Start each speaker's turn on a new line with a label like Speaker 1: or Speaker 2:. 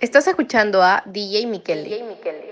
Speaker 1: Estás escuchando a DJ Michele.
Speaker 2: Michele.